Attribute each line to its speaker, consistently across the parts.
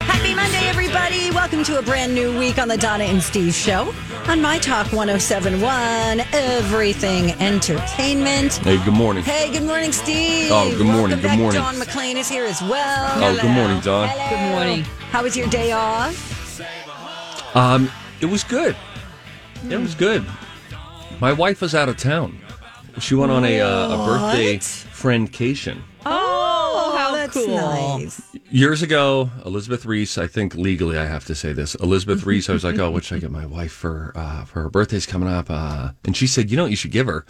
Speaker 1: Happy Monday, everybody. Welcome to a brand new week on the Donna and Steve Show on My Talk 1071, Everything Entertainment.
Speaker 2: Hey, good morning.
Speaker 1: Hey, good morning, Steve.
Speaker 2: Oh, good morning,
Speaker 1: Welcome
Speaker 2: good
Speaker 1: back.
Speaker 2: morning.
Speaker 1: John McLean is here as well.
Speaker 2: Oh, good morning, Don.
Speaker 1: Good morning. How was your day off?
Speaker 2: Um, it was good. It was good. My wife was out of town. She went on a, uh, a birthday friendcation.
Speaker 1: Oh, how that's cool. nice.
Speaker 2: Years ago, Elizabeth Reese, I think legally I have to say this. Elizabeth Reese, I was like, oh, what should I get my wife for, uh, for her birthday's coming up? Uh, and she said, you know what you should give her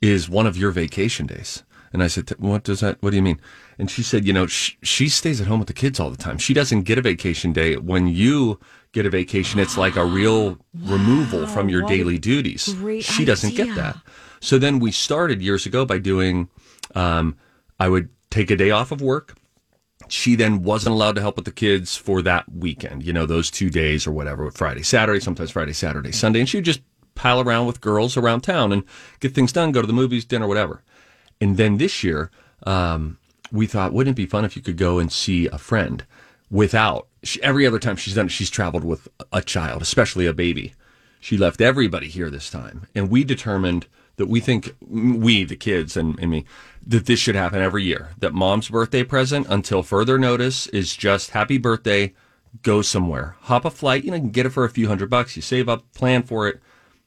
Speaker 2: is one of your vacation days. And I said, what does that, what do you mean? And she said, you know, sh- she stays at home with the kids all the time. She doesn't get a vacation day. When you get a vacation, it's like a real removal from your daily duties. she doesn't get that. So then we started years ago by doing, um, I would take a day off of work she then wasn't allowed to help with the kids for that weekend, you know, those two days or whatever, Friday, Saturday, sometimes Friday, Saturday, Sunday. And she would just pile around with girls around town and get things done, go to the movies, dinner, whatever. And then this year, um, we thought, wouldn't it be fun if you could go and see a friend without she, every other time she's done it, she's traveled with a child, especially a baby. She left everybody here this time. And we determined that we think, we, the kids and, and me, that this should happen every year. That mom's birthday present, until further notice, is just happy birthday, go somewhere. Hop a flight, you know, you can get it for a few hundred bucks. You save up, plan for it,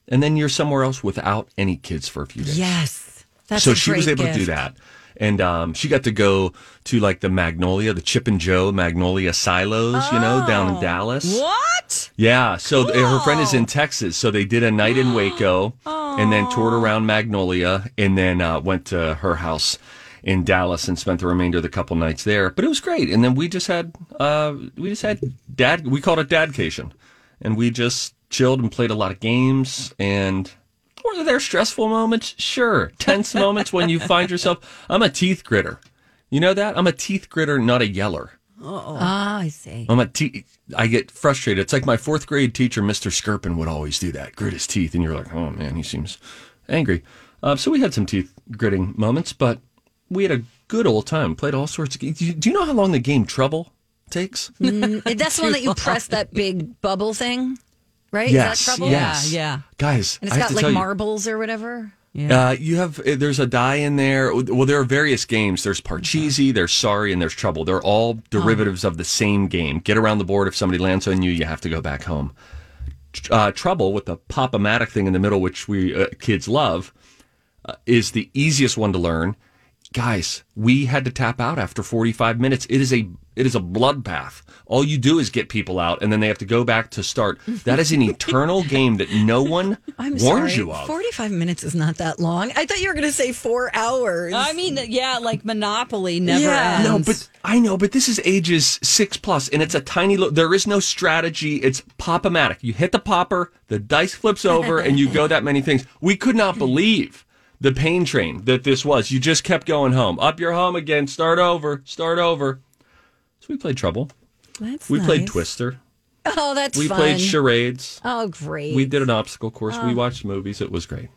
Speaker 2: and then you're somewhere else without any kids for a few days
Speaker 1: Yes. That's
Speaker 2: so
Speaker 1: a
Speaker 2: she was
Speaker 1: great
Speaker 2: able to do
Speaker 1: gift.
Speaker 2: that. And um, she got to go to like the Magnolia, the Chip and Joe Magnolia silos, you know, down
Speaker 1: Oh,
Speaker 2: in Dallas.
Speaker 1: What?
Speaker 2: Yeah. So th- her friend is in Texas. So they did a night in Waco and then toured around Magnolia and then uh, went to her house in Dallas and spent the remainder of the couple nights there. But it was great. And then we just had, uh, we just had dad, we called it dadcation. And we just chilled and played a lot of games and were there stressful moments? Sure. Tense moments when you find yourself, I'm a teeth gritter. You know that? I'm a teeth gritter, not a yeller.
Speaker 1: Ah, I see.
Speaker 2: I'm a te- I get frustrated. It's like my fourth grade teacher, Mr. Skirpin, would always do that, grit his teeth, and you're like, oh man, he seems angry. Uh, so we had some teeth gritting moments, but we had a good old time. Played all sorts of games. Do you know how long the game Trouble takes?
Speaker 1: Mm, That's the one that you press that big bubble thing, right?
Speaker 2: yes,
Speaker 1: Is that trouble?
Speaker 2: yes,
Speaker 3: yeah.
Speaker 2: Guys,
Speaker 1: And
Speaker 2: I
Speaker 1: it's
Speaker 2: have
Speaker 1: got
Speaker 2: to
Speaker 1: like
Speaker 2: tell you,
Speaker 1: marbles or whatever.
Speaker 2: Uh, you have uh, there's a die in there. Oh, Well, there are various games. There's Parcheesi, there's Sorry, and there's Trouble. They're all
Speaker 1: Oh.
Speaker 2: derivatives of the same game. Get around the board. If somebody lands on you, you have to go back home. Tr- Uh, Trouble with the pop-o-matic thing in the middle, which we uh, kids love, uh, is the easiest one to learn. Guys, we had to tap out after 45 minutes. It is a it is a bloodbath. All you do is get people out, and then they have to go back to start. That is an eternal game that no one
Speaker 1: I'm
Speaker 2: warns
Speaker 1: sorry.
Speaker 2: you of.
Speaker 1: 45 minutes is not that long. I thought you were going to say four hours.
Speaker 3: I mean, yeah, like Monopoly never
Speaker 1: Yeah.
Speaker 3: ends.
Speaker 2: No, but I know, but this is ages six plus, and it's a tiny. Lo- there is no strategy. It's pop-o-matic. You hit the popper, the dice flips over, and you go that many things. We could not believe the pain train that this was. You just kept going home, up your home again, start over, start over. So we played Trouble.
Speaker 1: That's
Speaker 2: We played
Speaker 1: nice.
Speaker 2: Twister.
Speaker 1: Oh, that's
Speaker 2: We
Speaker 1: fun.
Speaker 2: played charades.
Speaker 1: oh, great.
Speaker 2: We did an obstacle course. we watched movies. It was great.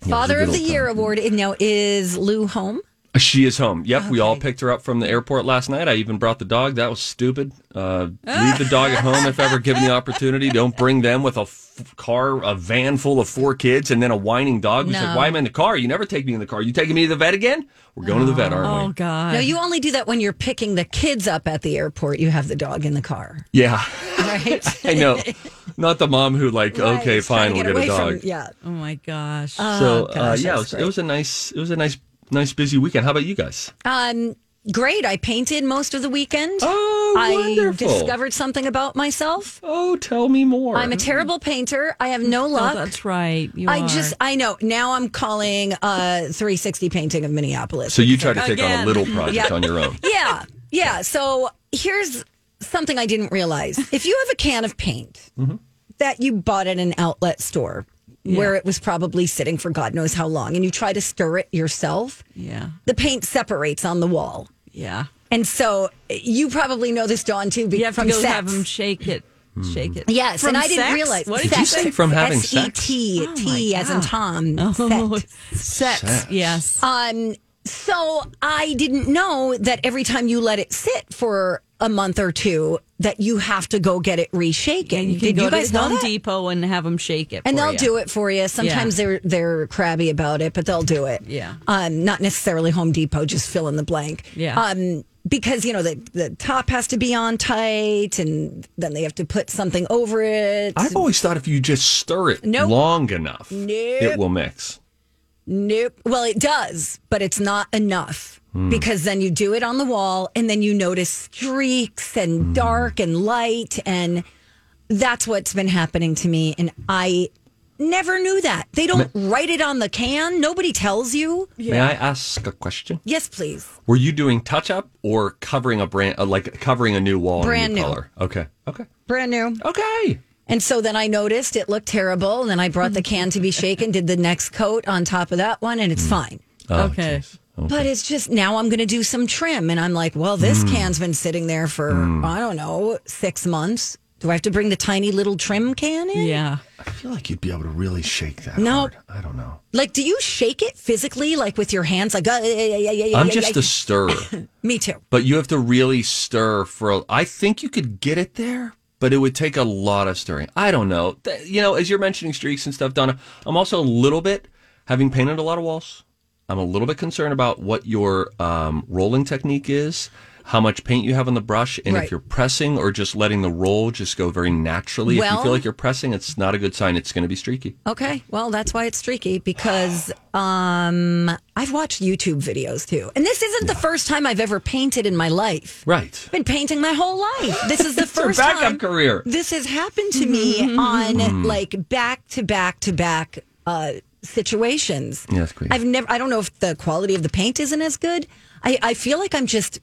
Speaker 1: Father of
Speaker 2: good
Speaker 1: the
Speaker 2: old
Speaker 1: Year award in now is Lou home.
Speaker 2: She is home. Yep, we all picked her up from the airport last night. I even brought the dog. That was stupid. Uh, leave the dog at home if ever given the opportunity. Don't bring them with a f- car, a van full of four kids, and then a whining dog who's like, "Why am I in the car? You never take me in the car. You taking me to the vet again? We're going to the vet, aren't
Speaker 1: Oh,
Speaker 2: we?"
Speaker 3: God.
Speaker 1: No, you only do that when you're picking the kids up at the airport. You have the dog in the car,
Speaker 2: Yeah,
Speaker 1: right?
Speaker 2: I know. Not the mom who like, okay,
Speaker 1: Right,
Speaker 2: fine,
Speaker 1: trying to
Speaker 2: we'll get a
Speaker 1: away
Speaker 2: dog.
Speaker 1: From, yeah.
Speaker 3: oh my gosh.
Speaker 2: So uh,
Speaker 1: gosh,
Speaker 2: yeah, it
Speaker 1: that's
Speaker 2: was, it
Speaker 1: great.
Speaker 2: was a nice, it was a nice, nice busy weekend. How about you guys?
Speaker 1: Um, great. I painted most of the weekend.
Speaker 2: Oh,
Speaker 1: I
Speaker 2: wonderful.
Speaker 1: discovered something about myself.
Speaker 2: Oh, tell me more.
Speaker 1: I'm a terrible painter. I have no
Speaker 3: Oh,
Speaker 1: luck.
Speaker 3: that's right. You
Speaker 1: I
Speaker 3: are.
Speaker 1: just, I know. Now I'm calling uh 360 painting of Minneapolis.
Speaker 2: so you try to take on a
Speaker 3: Again.
Speaker 2: little project on your own.
Speaker 1: yeah, yeah. So here's something I didn't realize. If you have a can of paint that you bought at an outlet store where it was probably sitting for God knows how long and you try to stir it yourself,
Speaker 3: Yeah.
Speaker 1: the paint separates on the wall.
Speaker 3: Yeah.
Speaker 1: And so you probably know this, Dawn, too. be-
Speaker 3: You have to
Speaker 1: from
Speaker 3: go
Speaker 1: sex.
Speaker 3: have them shake it.
Speaker 2: Hmm.
Speaker 3: Shake it.
Speaker 1: Yes,
Speaker 3: From
Speaker 1: and I didn't
Speaker 3: sex?
Speaker 1: realize.
Speaker 3: What
Speaker 2: Did you say from having sex?
Speaker 1: S-E-T,
Speaker 3: Oh,
Speaker 1: T
Speaker 3: my
Speaker 1: as in
Speaker 3: God.
Speaker 1: Tom.
Speaker 3: Oh,
Speaker 1: sex.
Speaker 3: sex.
Speaker 2: Sex.
Speaker 3: Yes.
Speaker 1: Um, so I didn't know that every time you let it sit for a month or two, that you have to go get it reshaken.
Speaker 3: And you can
Speaker 1: Did
Speaker 3: go
Speaker 1: you guys
Speaker 3: to
Speaker 1: know
Speaker 3: Home
Speaker 1: that?
Speaker 3: Depot and have them shake it.
Speaker 1: And
Speaker 3: for
Speaker 1: they'll
Speaker 3: you.
Speaker 1: do it for you. Sometimes they're they're crabby about it, but they'll do it.
Speaker 3: Yeah.
Speaker 1: Um, not necessarily Home Depot. Just fill in the blank.
Speaker 3: Yeah.
Speaker 1: Um, because you know the the top has to be on tight, and then they have to put something over it.
Speaker 2: I've always thought if you just stir it
Speaker 1: Nope.
Speaker 2: long enough,
Speaker 1: Nope.
Speaker 2: it will mix.
Speaker 1: Nope. Well, it does, but it's not enough because then you do it on the wall and then you notice streaks and dark and light. And that's what's been happening to me. And I never knew that. They don't write it on the can, nobody tells you.
Speaker 2: May I ask a question?
Speaker 1: Yes, please.
Speaker 2: Were you doing touch up or covering a brand, uh, like covering a new wall, and a
Speaker 1: Brand
Speaker 2: new,
Speaker 1: new.
Speaker 2: color? Okay, okay,
Speaker 1: Brand new.
Speaker 2: okay.
Speaker 1: And so then I noticed it looked terrible. And then I brought the can to be shaken, did the next coat on top of that one, and it's fine.
Speaker 3: okay.
Speaker 2: geez. Oh.
Speaker 1: But it's just now I'm going to do some trim. And I'm like, well, this
Speaker 2: Hmm.
Speaker 1: can's been sitting there for, I don't know, six months. Do I have to bring the tiny little trim can in?
Speaker 3: Yeah.
Speaker 2: I feel like you'd be able to really shake that.
Speaker 1: No.
Speaker 2: hard. I don't know.
Speaker 1: Like, do you shake it physically, like with your hands? Like, uh, yeah, yeah, yeah, yeah,
Speaker 2: I'm
Speaker 1: yeah,
Speaker 2: just
Speaker 1: yeah.
Speaker 2: a stirrer.
Speaker 1: Me too.
Speaker 2: but you have to really stir for a, i think you could get it there but it would take a lot of stirring i don't know Th- you know as you're mentioning streaks and stuff donna i'm also a little bit having painted a lot of walls i'm a little bit concerned about what your um, rolling technique is how much paint you have on the brush and
Speaker 1: Right.
Speaker 2: if you're pressing or just letting the roll just go very naturally if
Speaker 1: Well-
Speaker 2: you feel like you're pressing it's not a good sign it's going to be streaky
Speaker 1: Okay. Well, that's why it's streaky because um, I've watched YouTube videos too. And this isn't the first time I've ever painted in my life.
Speaker 2: right
Speaker 1: been painting my whole life. This is the
Speaker 2: your
Speaker 1: first
Speaker 2: backup
Speaker 1: time
Speaker 2: career. Mm-hmm.
Speaker 1: This has happened to me on like back to back to back uh, situations.
Speaker 2: Yeah, that's crazy.
Speaker 1: I've never. I don't know if the quality of the paint isn't as good. I, I feel like I'm just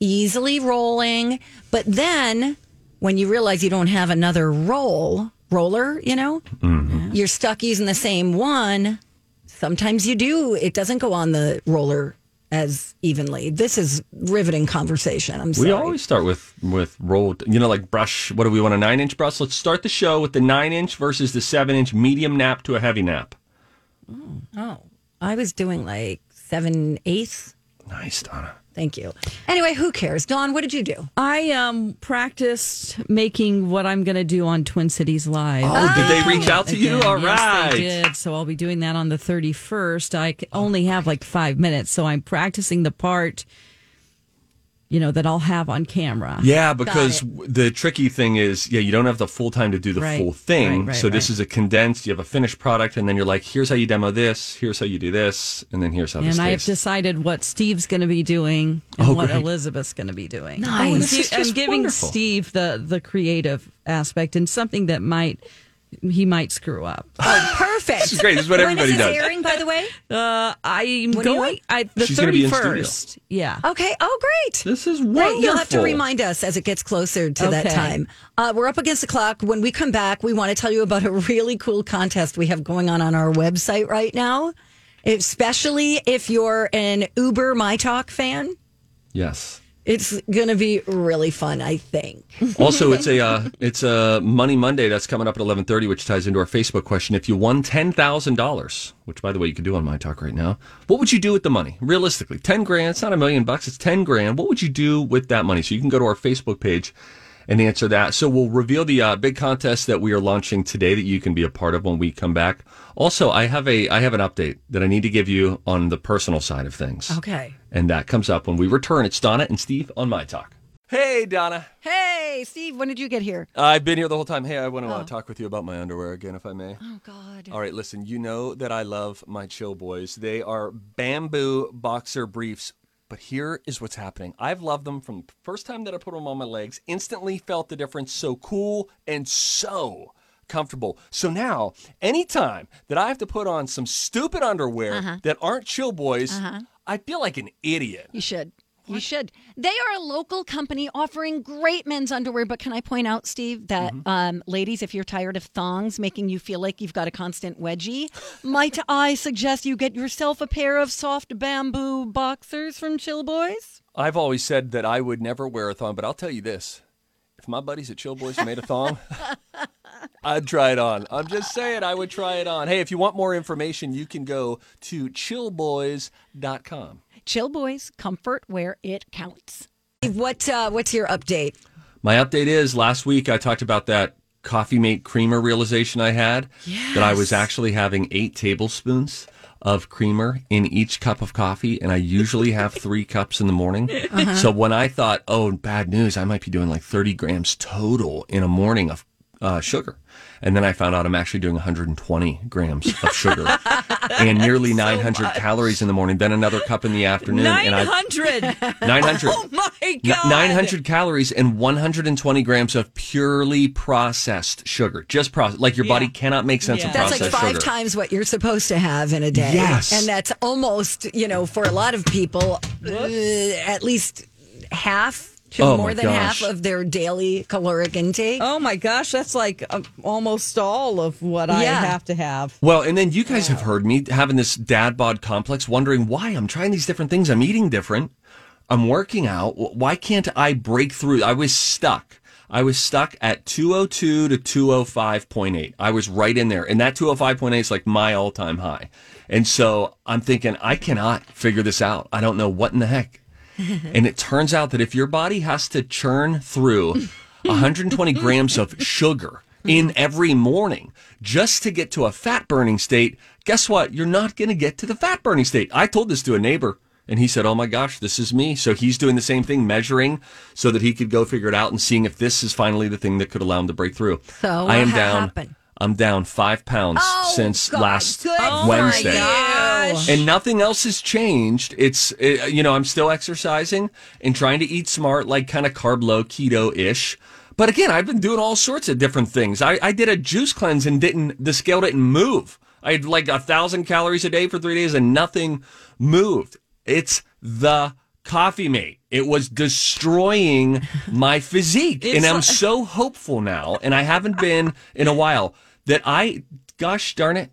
Speaker 1: easily rolling, but then when you realize you don't have another roll roller, you know,
Speaker 2: Mm-hmm.
Speaker 1: you're stuck using the same one. Sometimes you do. It doesn't go on the roller as evenly. This is riveting conversation. I'm sorry.
Speaker 2: We always start with with roll, you know, like brush. What do we want? A nine inch brush. Let's start the show with the nine inch versus the seven inch medium nap to a heavy nap.
Speaker 1: oh, I was doing like seven eighths.
Speaker 2: Nice, Donna.
Speaker 1: Thank you. Anyway, who cares? Dawn, what did you do?
Speaker 3: I um practiced making what I'm going to do on Twin Cities Live.
Speaker 1: Ah.
Speaker 2: Oh, did they reach out to you?
Speaker 3: Again,
Speaker 2: All
Speaker 3: yes,
Speaker 2: right.
Speaker 3: they did. So I'll be doing that on the 31st. I c- only have like five minutes, so I'm practicing the part, you know, that I'll have on camera.
Speaker 2: Yeah, because w- the tricky thing is, yeah, you don't have the full time to do the
Speaker 3: Right,
Speaker 2: full thing.
Speaker 3: right, right,
Speaker 2: so this
Speaker 3: right.
Speaker 2: is a condensed. You have a finished product, and then you're like, here's how you demo this. Here's how you do this, and then here's how this.
Speaker 3: And I have
Speaker 2: tastes.
Speaker 3: decided what Steve's going to be doing and
Speaker 2: Oh,
Speaker 3: what
Speaker 2: great.
Speaker 3: Elizabeth's going to be doing.
Speaker 1: Nice. Oh,
Speaker 3: And
Speaker 2: this
Speaker 3: Steve-
Speaker 2: is
Speaker 3: I'm
Speaker 2: just
Speaker 3: giving
Speaker 2: wonderful.
Speaker 3: Steve the the creative aspect and something that might he might screw up.
Speaker 1: Oh, perfect.
Speaker 2: This is great. This is what
Speaker 1: when
Speaker 2: everybody
Speaker 1: is this
Speaker 2: does.
Speaker 1: airing, by the way?
Speaker 3: Uh, I'm
Speaker 1: What do you
Speaker 3: going
Speaker 1: want?
Speaker 3: I, the
Speaker 2: She's gonna be in studio.
Speaker 3: 31st. Yeah.
Speaker 1: Okay. Oh, great.
Speaker 2: This is
Speaker 1: Great. You'll have to
Speaker 2: wonderful.
Speaker 1: remind us as it gets closer to that
Speaker 3: Okay.
Speaker 1: time. Uh, we're up against the clock. When we come back, we want to tell you about a really cool contest we have going on on our website right now, especially if you're an Uber My Talk fan.
Speaker 2: Yes.
Speaker 1: It's going to be really fun, I think.
Speaker 2: also, it's a uh, it's a Money Monday that's coming up at eleven thirty, which ties into our Facebook question. If you won ten thousand dollars, which by the way you could do on my talk right now, what would you do with the money? Realistically, ten grand. It's not a million bucks. It's ten grand. What would you do with that money? So you can go to our Facebook page and answer that. So we'll reveal the uh, big contest that we are launching today that you can be a part of when we come back. Also, I have a I have an update that I need to give you on the personal side of things.
Speaker 1: Okay.
Speaker 2: and that comes up when we return. It's Donna and Steve on my talk. Hey, Donna.
Speaker 1: Hey, Steve, when did you get here?
Speaker 2: I've been here the whole time. Hey, I want to talk with you about my underwear again, if I may.
Speaker 1: Oh, God.
Speaker 2: All right, listen, you know that I love my chill boys. They are bamboo boxer briefs, But here is what's happening. I've loved them from the first time that I put them on my legs, instantly felt the difference. So cool and so comfortable. So now, anytime that I have to put on some stupid underwear
Speaker 1: Uh-huh.
Speaker 2: that aren't chill boys, I feel like an idiot.
Speaker 4: You should. You should. They are a local company offering great men's underwear. But can I point out, Steve, that um, ladies, if you're tired of thongs making you feel like you've got a constant wedgie, might I suggest you get yourself a pair of soft bamboo boxers from Chill Boys?
Speaker 2: I've always said that I would never wear a thong, but I'll tell you this. If my buddies at Chill Boys made a thong, I'd try it on. I'm just saying, I would try it on. Hey, if you want more information, you can go to chillboys.com.
Speaker 4: Chill Boys, comfort where it counts.
Speaker 1: What uh, what's your update?
Speaker 2: My update is last week I talked about that coffee mate creamer realization I had that I was actually having eight tablespoons of creamer in each cup of coffee, and I usually have three cups in the morning. So when I thought, oh, bad news, I might be doing like 30 grams total in a morning of uh, sugar. And then I found out I'm actually doing 120 grams of sugar and nearly 900 calories in the morning, then another cup in the afternoon.
Speaker 3: Nine
Speaker 2: And I,
Speaker 3: hundred.
Speaker 2: 900.
Speaker 3: oh my
Speaker 2: N-
Speaker 3: god.
Speaker 2: 900 calories and 120 grams of purely processed sugar. Just processed. Like your body cannot make sense of
Speaker 3: Yeah.
Speaker 1: That's
Speaker 2: processed
Speaker 1: like five
Speaker 2: sugar.
Speaker 1: times what you're supposed to have in a day.
Speaker 2: Yes.
Speaker 1: And that's almost, you know, for a lot of people, uh, at least half to
Speaker 2: Oh,
Speaker 1: more
Speaker 2: my
Speaker 1: than
Speaker 2: gosh.
Speaker 1: half of their daily caloric intake.
Speaker 3: Oh my gosh, that's like um, almost all of what I
Speaker 1: Yeah.
Speaker 3: have to have.
Speaker 2: Well, and then you guys have heard me having this dad bod complex, wondering why I'm trying these different things. I'm eating different. I'm working out. W- Why can't I break through? I was stuck. I was stuck at 202 to 205.8. I was right in there. And that 205.8 is like my all time high. And so I'm thinking, I cannot figure this out. I don't know what in the heck. Mm-hmm. and it turns out that if your body has to churn through 120 grams of sugar
Speaker 1: Mm-hmm.
Speaker 2: in every morning just to get to a fat burning state, guess what? You're not going to get to the fat burning state. I told this to a neighbor. And he said, Oh my gosh, this is me. So he's doing the same thing, measuring so that he could go figure it out and seeing if this is finally the thing that could allow him to break through.
Speaker 1: So
Speaker 2: I am
Speaker 1: what ha-
Speaker 2: down.
Speaker 1: happened? Oh,
Speaker 2: I'm down five pounds since last
Speaker 3: for
Speaker 2: Wednesday
Speaker 3: you.
Speaker 2: and nothing else has changed. It's uh you know I'm still exercising and trying to eat smart, like kind of carb low, keto ish. But again, I've been doing all sorts of different things. I, I did a juice cleanse and didn't the scale didn't move. I had like a thousand calories a day for three days and nothing moved. It's the coffee mate. It was destroying my physique, and I'm so hopeful now. And I haven't been in a while that I, gosh darn it,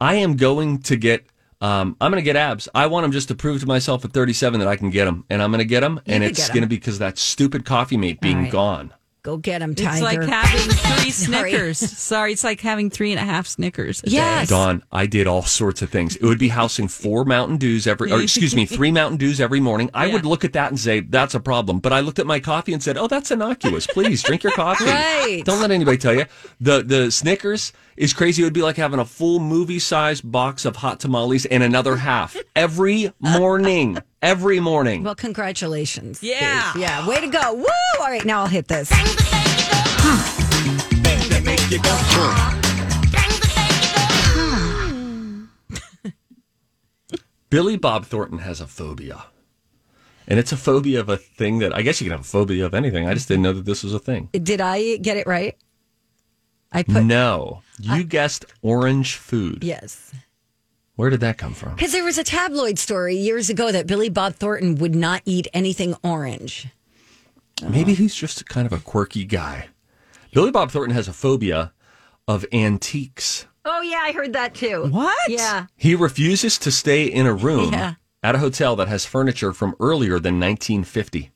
Speaker 2: I am going to get. Um, I'm going to get abs. I want them just to prove to myself at 37 that I can get them, and I'm going to get them, and
Speaker 1: could
Speaker 2: it's
Speaker 1: get 'em.
Speaker 2: going to be because of that stupid coffee mate being gone.
Speaker 1: Go get them, Tiger.
Speaker 3: It's like having three
Speaker 1: Sorry.
Speaker 3: Snickers. Sorry, it's like having three and a half Snickers. a day.
Speaker 1: Yes.
Speaker 2: Dawn, I did all sorts of things. It would be housing four Mountain Dews every, or excuse me, three Mountain Dews every morning. I would look at that and say, that's a problem. But I looked at my coffee and said, oh, that's innocuous. Please drink your coffee.
Speaker 1: Right.
Speaker 2: Don't let anybody tell you. The, the Snickers is crazy. It would be like having a full movie size box of hot tamales and another half every morning. Every morning.
Speaker 1: Well, congratulations. Dave.
Speaker 3: Yeah.
Speaker 1: Yeah. Way to go. Woo! All right, now I'll hit this.
Speaker 2: Billy Bob Thornton has a phobia. And it's a phobia of a thing that I guess you can have a phobia of anything. I just didn't know that this was a thing.
Speaker 1: Did I get it right? I
Speaker 2: Mm.
Speaker 1: put
Speaker 2: no, you guessed orange food.
Speaker 1: yes.
Speaker 2: Where did that come from?
Speaker 1: Because there was a tabloid story years ago that Billy Bob Thornton would not eat anything orange.
Speaker 2: Maybe he's just kind of a quirky guy. Billy Bob Thornton has a phobia of antiques.
Speaker 1: Oh yeah, I heard that too.
Speaker 3: What?
Speaker 1: Yeah.
Speaker 2: He refuses to stay in a room at a hotel that has furniture from earlier than 1950.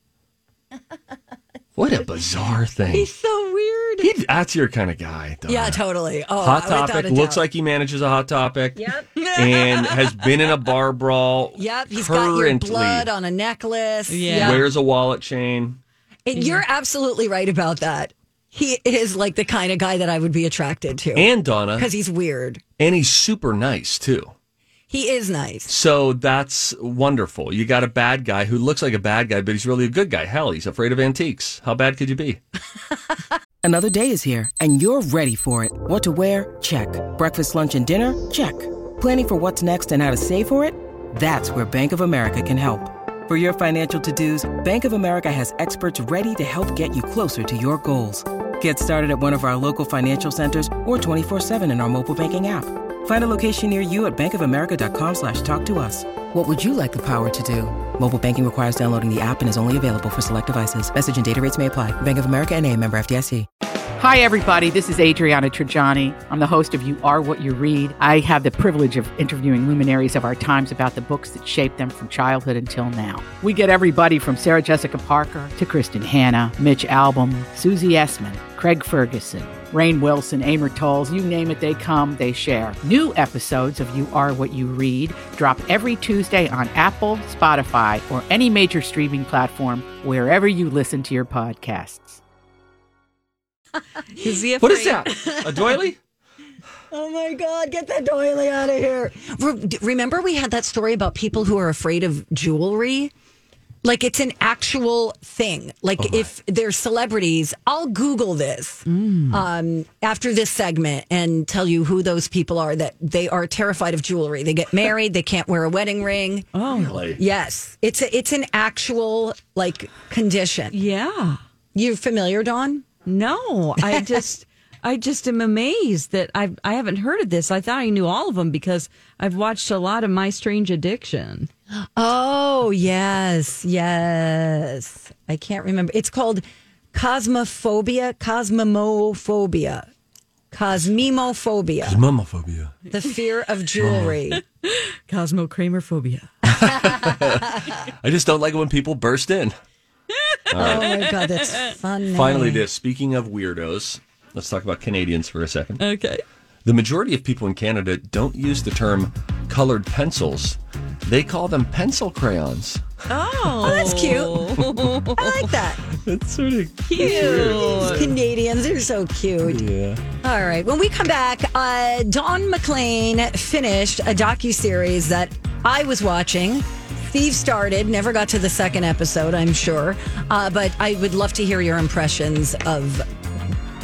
Speaker 2: what a bizarre thing.
Speaker 3: He's so weird.
Speaker 2: He, that's your kind of guy. Donna.
Speaker 1: Yeah, totally. Oh,
Speaker 2: Hot
Speaker 1: without
Speaker 2: Topic
Speaker 1: a
Speaker 2: looks
Speaker 1: doubt.
Speaker 2: like he manages a Hot Topic. Yep. and has been in a bar brawl.
Speaker 1: Yep, he's got your
Speaker 2: currently.
Speaker 1: blood on a necklace.
Speaker 3: Yeah.
Speaker 2: Wears a wallet chain.
Speaker 1: And you're absolutely right about that. He is like the kind of guy that I would be attracted to
Speaker 2: And Donna.
Speaker 1: because he's weird.
Speaker 2: And he's super nice too.
Speaker 1: He is nice.
Speaker 2: So that's wonderful. You got a bad guy who looks like a bad guy, but he's really a good guy. Hell, he's afraid of antiques. How bad could you be?
Speaker 5: Another day is here, and you're ready for it. What to wear? Check. Breakfast, lunch, and dinner? Check. Planning for what's next and how to save for it? That's where Bank of America can help. For your financial to-dos, Bank of America has experts ready to help get you closer to your goals. Get started at one of our local financial centers or 24-7 in our mobile banking app. Find a location near you at bankofamerica.com slash talk to us. What would you like the power to do? Mobile banking requires downloading the app and is only available for select devices. Message and data rates may apply. Bank of America and a member FDIC.
Speaker 6: Hi, everybody. This is Adriana Trajani. I'm the host of You Are What You Read. I have the privilege of interviewing luminaries of our times about the books that shaped them from childhood until now. We get everybody from Sarah Jessica Parker to Kristen Hanna, Mitch Albom, Susie Essman, Craig Ferguson, Rain Wilson, Amor Tolls, you name it, they come, they share. New episodes of You Are What You Read drop every Tuesday on Apple, Spotify, or any major streaming platform wherever you listen to your podcasts.
Speaker 1: Is he
Speaker 2: What is that? A doily?
Speaker 1: Oh my God, get that doily out of here. Re- Remember, we had that story about people who are afraid of jewelry? Like it's an actual thing. Like if they're celebrities, I'll Google this um, after this segment and tell you who those people are that they are terrified of jewelry. They get married, they can't wear a wedding ring.
Speaker 2: Really?
Speaker 1: Yes, it's a, it's an actual like condition.
Speaker 3: Yeah.
Speaker 1: You familiar, Dawn?
Speaker 3: No, I just I just am amazed that I I haven't heard of this. I thought I knew all of them because I've watched a lot of My Strange Addiction.
Speaker 1: Oh, yes, yes. I can't remember. It's called cosmophobia, cosmomophobia, cosmemophobia,
Speaker 2: Mummophobia.
Speaker 1: the fear of jewelry.
Speaker 3: Cosmo Kramerphobia.
Speaker 2: I just don't like it when people burst in.
Speaker 1: oh my God, that's funny.
Speaker 2: Finally, this. Speaking of weirdos, let's talk about Canadians for a second.
Speaker 3: Okay.
Speaker 2: The majority of people in Canada don't use the term colored pencils. They call them pencil crayons.
Speaker 3: Oh,
Speaker 1: that's cute.
Speaker 3: cute.
Speaker 1: I like that.
Speaker 2: That's sort of
Speaker 1: These Canadians are so cute.
Speaker 2: Yeah.
Speaker 1: All right. When we come back, uh, Dawn McLean finished a docu series that I was watching. Steve started, never got to the second episode, I'm sure. Uh, but I would love to hear your impressions of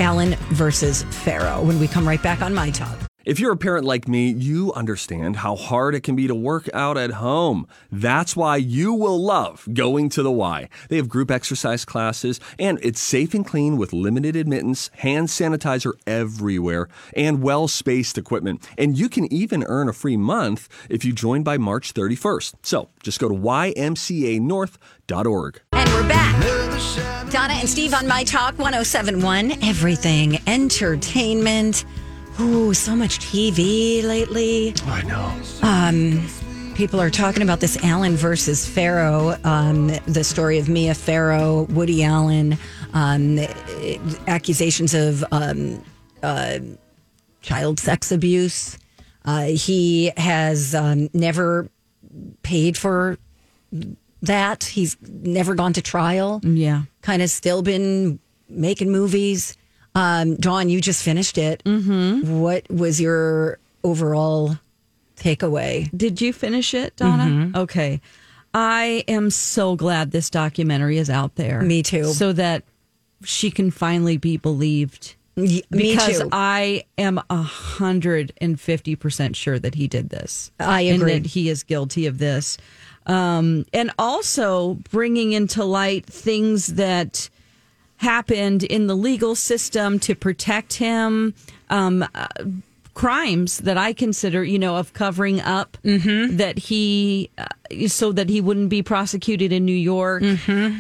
Speaker 1: Alan versus Pharaoh when we come right back on My Talk.
Speaker 2: If you're a parent like me, you understand how hard it can be to work out at home. That's why you will love going to the Y. They have group exercise classes, and it's safe and clean with limited admittance, hand sanitizer everywhere, and well spaced equipment. And you can even earn a free month if you join by March 31st. So just go to ymcanorth.org.
Speaker 1: And we're back. Donna and Steve on My Talk 1071, everything entertainment. Ooh, so much TV lately. Um,
Speaker 2: I know.
Speaker 1: People are talking about this Allen versus Pharaoh, um, the story of Mia Farrow, Woody Allen, um, eh, accusations of um, uh, child sex abuse. Uh, he has um, never paid for that. He's never gone to trial.
Speaker 3: Yeah.
Speaker 1: Kind of still been making movies. Um, Dawn, you just finished it. Mm-hmm. What was your overall takeaway?
Speaker 3: Did you finish it, Donna? Okay. I am so glad this documentary is out there.
Speaker 1: Me too.
Speaker 3: So that she can finally be believed.
Speaker 1: Y- me
Speaker 3: because
Speaker 1: too.
Speaker 3: I am hundred and fifty percent sure that he did this.
Speaker 1: I agree.
Speaker 3: And that he is guilty of this, um, and also bringing into light things that happened in the legal system to protect him. Um, uh, crimes that I consider, you know, of covering up that he, uh, so that he wouldn't be prosecuted in New York.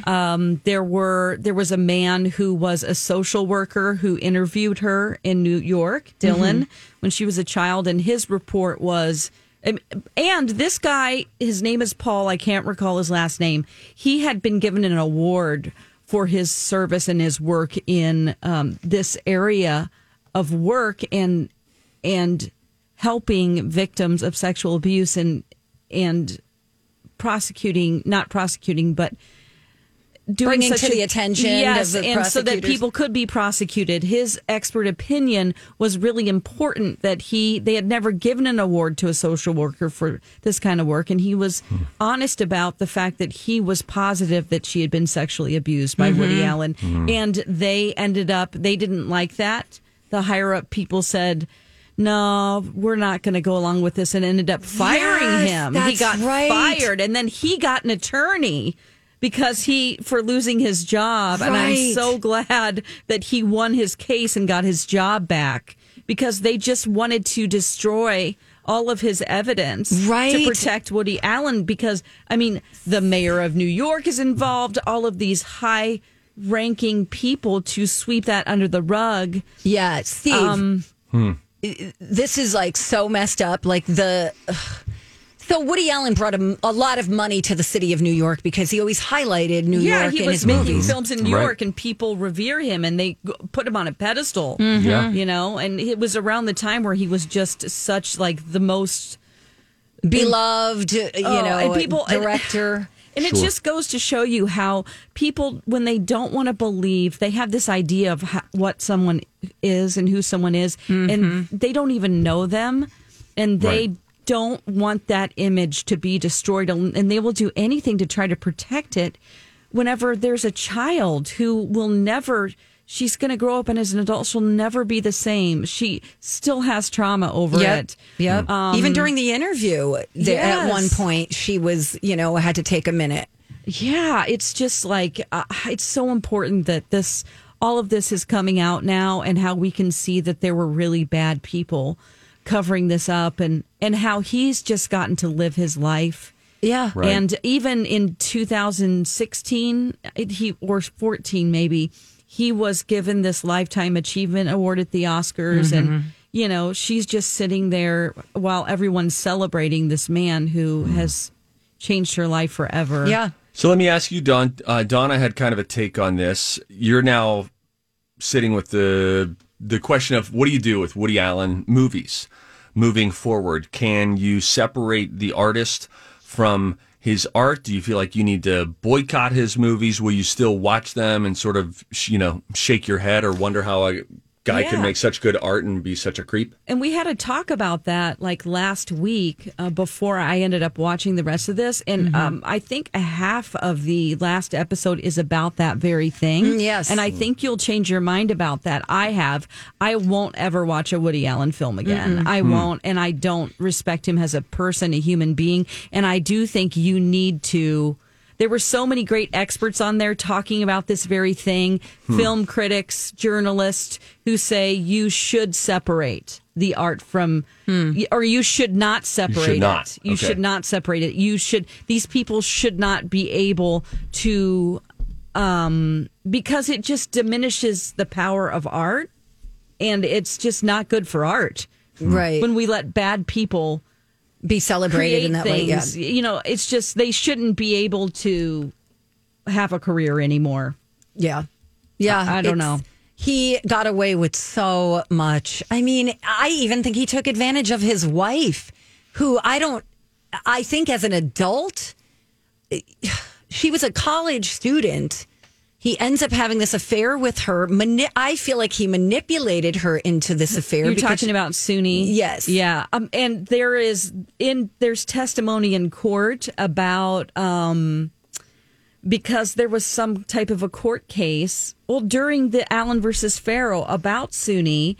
Speaker 3: Um, there were there was a man who was a social worker who interviewed her in New York, Dylan, when she was a child, and his report was. and- And this guy, his name is Paul. I can't recall his last name. He had been given an award for his service and his work in um, this area of work and and helping victims of sexual abuse and and prosecuting not prosecuting but doing
Speaker 1: Bringing
Speaker 3: such
Speaker 1: to
Speaker 3: a-
Speaker 1: the attention of
Speaker 3: yes,
Speaker 1: the
Speaker 3: and so that
Speaker 1: prosecutors.
Speaker 3: people could be prosecuted his expert opinion was really important that he they had never given an award to a social worker for this kind of work and he was honest about the fact that he was positive that she had been sexually abused by woody allen and they ended up they didn't like that the higher up people said no, we're not going to go along with this, and ended up firing
Speaker 1: Yes,
Speaker 3: him. he
Speaker 1: that's
Speaker 3: got
Speaker 1: right.
Speaker 3: fired, and then he got an attorney because he for losing his job. And I'm
Speaker 1: Right.
Speaker 3: so glad that he won his case and got his job back because they just wanted to destroy all of his evidence to
Speaker 1: Right.
Speaker 3: protect Woody Allen. Because I mean, the mayor of New York is involved. All of these high. Ranking people to sweep that under the rug.
Speaker 1: Yeah, Steve.
Speaker 3: um,
Speaker 1: This is like so messed up. Like the. ugh. So Woody Allen brought a, a lot of money to the city of New York because he always highlighted New
Speaker 3: yeah,
Speaker 1: York
Speaker 3: he
Speaker 1: in
Speaker 3: was
Speaker 1: his
Speaker 3: making
Speaker 1: movies.
Speaker 3: films in New
Speaker 2: Right.
Speaker 3: York, and people revere him, and they g- put him on a pedestal.
Speaker 2: Yeah.
Speaker 3: You know, and it was around the time where he was just such like the most,
Speaker 1: Beloved, you
Speaker 3: Oh,
Speaker 1: know,
Speaker 3: and people- and-
Speaker 1: director.
Speaker 3: and it
Speaker 2: Sure.
Speaker 3: just goes to show you how people, when they don't want to believe, they have this idea of ho- what someone is and who someone is, and
Speaker 1: Mm-hmm.
Speaker 3: they don't even know them, and they.
Speaker 2: Right.
Speaker 3: Don't want that image to be destroyed, and and they will do anything to try to protect it. whenever there's a child who will never she's going to grow up and as an adult she'll never be the same she still has trauma over it
Speaker 1: Yep. Even during the interview, there, at one
Speaker 3: Um, yes.
Speaker 1: point, she was, you know, had to take a minute.
Speaker 3: yeah it's just like uh, it's so important that this all of this is coming out now and how we can see that there were really bad people covering this up and and how he's just gotten to live his life
Speaker 1: Yeah.
Speaker 2: Right.
Speaker 3: And even in 2016, it- he or 14 maybe, he was given this lifetime achievement award at the Oscars
Speaker 1: Mm-hmm.
Speaker 3: and you know, she's just sitting there while everyone's celebrating this man who has changed her life forever.
Speaker 1: Mm. Yeah.
Speaker 2: So let me ask you, Don. Uh, Donna had kind of a take on this. You're now sitting with the the question of what do you do with Woody Allen movies moving forward? Can you separate the artist from his art? Do you feel like you need to boycott his movies? Will you still watch them and sort of sh- you know shake your head or wonder how a guy can
Speaker 3: Yeah.
Speaker 2: make such good art and be such a creep?
Speaker 3: And we had a talk about that like last week uh, before I ended up watching the rest of this. And um, I think a half of the last episode is about that very thing.
Speaker 1: yes.
Speaker 3: And I think you'll change your mind about that. I have. I won't ever watch a Woody Allen film again. I won't. And I don't respect him as a person, a human being. And I do think you need to. There were so many great experts on there talking about this very thing film critics, journalists who say you should separate the art from, or you should not separate
Speaker 2: not.
Speaker 3: it. You
Speaker 2: Okay.
Speaker 3: should not separate it. You should, these people should not be able to um, because it just diminishes the power of art and it's just not good for art
Speaker 1: Right.
Speaker 3: Hmm. when we let bad people
Speaker 1: Be celebrated
Speaker 3: create
Speaker 1: in that way. Yeah.
Speaker 3: things you know it's just they shouldn't be able to have a career anymore
Speaker 1: Yeah. Yeah.
Speaker 3: I- I don't
Speaker 1: it's-
Speaker 3: know.
Speaker 1: He got away with so much. I mean, I even think he took advantage of his wife, who I don't, I think as an adult, she was a college student. He ends up having this affair with her. Mani- I feel like he manipulated her into this affair.
Speaker 3: you're
Speaker 1: because-
Speaker 3: talking about SUNY,
Speaker 1: Yes.
Speaker 3: yeah. Um, and there is in there's testimony in court about um, because there was some type of a court case. Well, during the Allen versus Farrell about SUNY,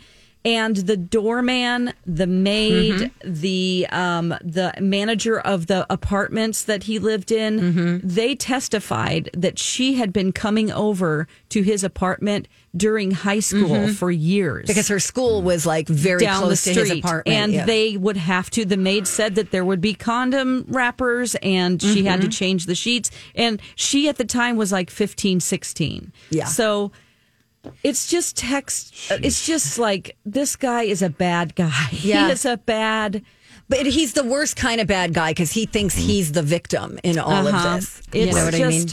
Speaker 3: and the doorman, the maid,
Speaker 1: Mm-hmm.
Speaker 3: the um, the manager of the apartments that he lived in,
Speaker 1: Mm-hmm.
Speaker 3: they testified that she had been coming over to his apartment during high school for years
Speaker 1: Mm-hmm. because her school was like very
Speaker 3: down
Speaker 1: close
Speaker 3: the
Speaker 1: to
Speaker 3: street,
Speaker 1: his apartment.
Speaker 3: and
Speaker 1: yeah.
Speaker 3: they would have to. The maid said that there would be condom wrappers, and she had
Speaker 1: Mm-hmm.
Speaker 3: to change the sheets. And she at the time was like 15, 16.
Speaker 1: Yeah.
Speaker 3: So it's just text. It's just like this guy is a bad guy.
Speaker 1: Yeah.
Speaker 3: He is a bad.
Speaker 1: But he's the worst kind of bad guy because he thinks he's the victim in all
Speaker 3: Uh-huh.
Speaker 1: of this.
Speaker 3: It's
Speaker 1: you know what
Speaker 3: just,
Speaker 1: I mean?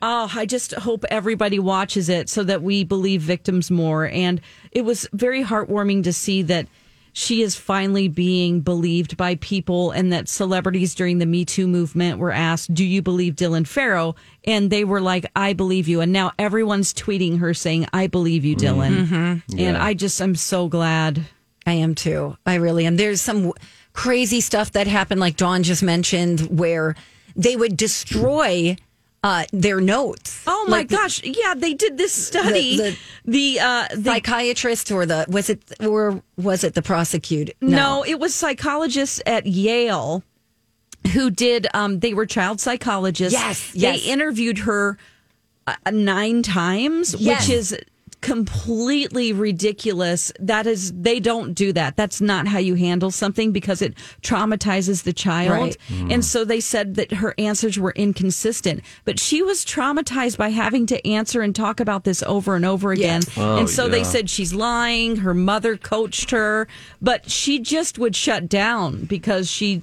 Speaker 3: Oh, I just hope everybody watches it so that we believe victims more. And it was very heartwarming to see that she is finally being believed by people and that celebrities during the Me Too movement were asked, Do you believe Dylan Farrow? And they were like, I believe you. And now everyone's tweeting her saying, I believe you, Dylan. And I just, I'm so glad.
Speaker 1: I am too. I really am. There's some w- crazy stuff that happened, like Dawn just mentioned, where they would destroy uh, their notes.
Speaker 3: Oh my
Speaker 1: Like the
Speaker 3: gosh! yeah, they did this study. The,
Speaker 1: the-
Speaker 3: uh, the
Speaker 1: psychiatrist or the was it or was it the prosecutor?
Speaker 3: no. it was psychologists at Yale who did. Um, they were child psychologists.
Speaker 1: Yes,
Speaker 3: they
Speaker 1: yes.
Speaker 3: interviewed her uh, nine times,
Speaker 1: Yes.
Speaker 3: which is completely ridiculous. That is, they don't do that. That's not how you handle something because it traumatizes the child.
Speaker 1: Right.
Speaker 3: And so they said that her answers were inconsistent, but she was traumatized by having to answer and talk about this over and over again.
Speaker 1: Oh,
Speaker 3: and so they
Speaker 2: yeah.
Speaker 3: said she's lying. Her mother coached her, but she just would shut down because she.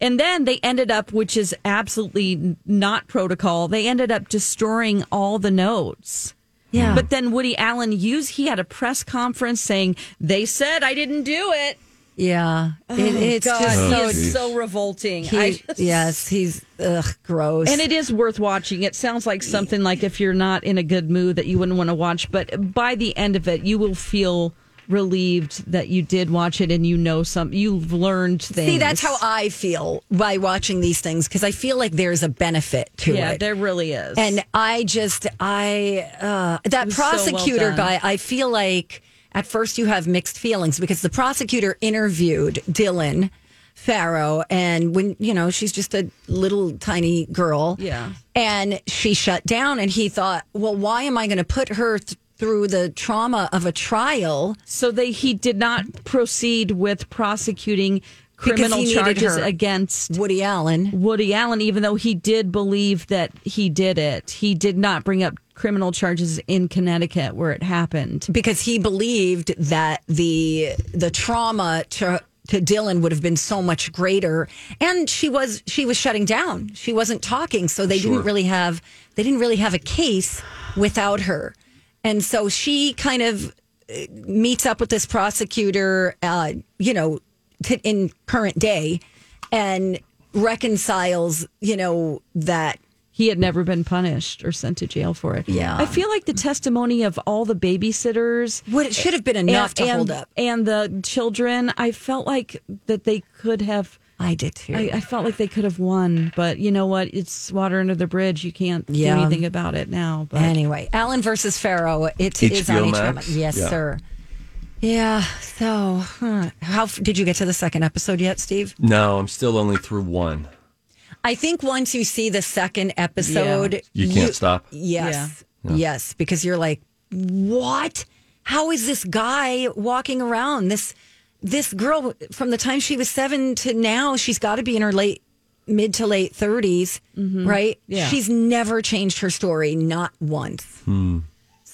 Speaker 3: And then they ended up, which is absolutely n- not protocol. They ended up destroying all the notes.
Speaker 1: Yeah.
Speaker 3: But then Woody Allen used, he had a press conference saying, they said I didn't do it.
Speaker 1: yeah, It- it's
Speaker 3: Oh God,
Speaker 1: just
Speaker 3: he
Speaker 1: so.
Speaker 3: is so revolting. I
Speaker 1: He,
Speaker 3: just-
Speaker 1: yes, he's ugh, gross.
Speaker 3: And it is worth watching. It sounds like something like if you're not in a good mood that you wouldn't want to watch, but by the end of it, you will feel relieved that you did watch it and you know some you've learned things.
Speaker 1: See, that's how I feel by watching these things because I feel like there's a benefit to
Speaker 3: Yeah,
Speaker 1: it.
Speaker 3: there really is.
Speaker 1: And I just, I, uh, that
Speaker 3: was so well
Speaker 1: prosecutor
Speaker 3: done.
Speaker 1: guy, I feel like at first you have mixed feelings because the prosecutor interviewed Dylan Farrow. And when, you know, she's just a little tiny girl.
Speaker 3: Yeah.
Speaker 1: And she shut down. And he thought, well, why am I going to put her th- through the trauma of a trial?
Speaker 3: so they he did not proceed with prosecuting criminal
Speaker 1: needed
Speaker 3: charges
Speaker 1: her.
Speaker 3: against
Speaker 1: Woody Allen.
Speaker 3: Woody Allen, even though he did believe that he did it, he did not bring up criminal charges in Connecticut where it happened.
Speaker 1: because he believed that the the trauma to to Dylan would have been so much greater and she was she was shutting down she wasn't talking so they didn't really have they didn't really have a case without her and so she kind of uh, meets up with this prosecutor uh you know to, in current day and reconciles you know that
Speaker 3: He had never been punished or sent to jail for it. Yeah. I feel like the testimony of all the babysitters
Speaker 1: what it should have been enough to hold up
Speaker 3: and the children, I felt like that they could have
Speaker 1: I did too
Speaker 3: I, I felt like they could have won, but you know what? It's water under the bridge. You can't
Speaker 1: Yeah.
Speaker 3: do anything about it now. But
Speaker 1: Anyway, Allen versus Pharaoh. It
Speaker 2: HBO
Speaker 1: is on HBO
Speaker 2: Max?
Speaker 1: Yes,
Speaker 2: Yeah.
Speaker 1: sir. Yeah. So, huh. how f- did you get to the second episode yet, Steve?
Speaker 2: No, I'm still only through one.
Speaker 1: I think once you see the second episode,
Speaker 2: You can't stop.
Speaker 1: Yes. Yes. Because you're like, what? How is this guy walking around? This this girl from the time she was seven to now, she's got to be in her late mid to late 30s right?
Speaker 3: Yeah.
Speaker 1: She's never changed her story, not once.
Speaker 2: Hmm.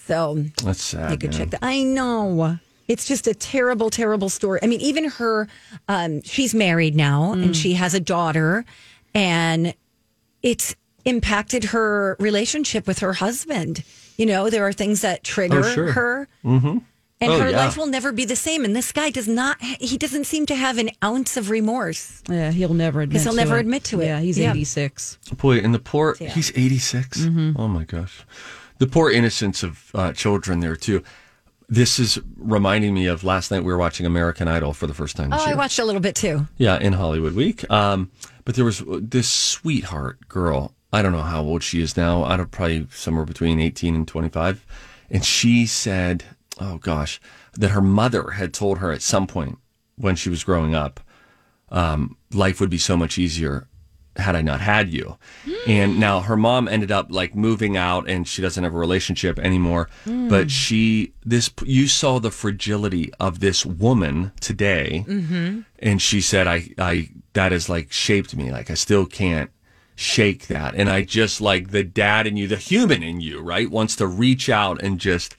Speaker 1: So
Speaker 2: That's sad.
Speaker 1: you could
Speaker 2: man.
Speaker 1: check that. I know. It's just a terrible, terrible story. I mean, even her, um, she's married now
Speaker 2: Mm.
Speaker 1: and she has a daughter, and it's impacted her relationship with her husband. You know, there are things that trigger
Speaker 2: Oh, sure.
Speaker 1: her. Mm-hmm. And
Speaker 2: Oh,
Speaker 1: her
Speaker 2: yeah.
Speaker 1: life will never be the same. And this guy does not, he doesn't seem to have an ounce of remorse.
Speaker 3: yeah, he'll never admit.
Speaker 1: he'll
Speaker 3: to
Speaker 1: never
Speaker 3: it.
Speaker 1: admit to it.
Speaker 3: Yeah, he's
Speaker 1: Yeah.
Speaker 3: eighty six.
Speaker 2: Boy, and the poor, he's 86.
Speaker 1: Mm-hmm.
Speaker 2: Oh my gosh. The poor innocence of uh, children there, too. This is reminding me of last night we were watching American Idol for the first time this
Speaker 1: Oh,
Speaker 2: year.
Speaker 1: I watched a little bit too.
Speaker 2: Yeah, in Hollywood Week. Um, but there was this sweetheart girl. I don't know how old she is now. I don't probably somewhere between 18 and 25. And she said, oh gosh, that her mother had told her at some point when she was growing up, um, life would be so much easier had I not had you. And now her mom ended up like moving out and she doesn't have a relationship anymore. But she, this, you saw the fragility of this woman today and she said i i that has like shaped me like i still can't shake that and i just like the dad in you the human in you right wants to reach out and just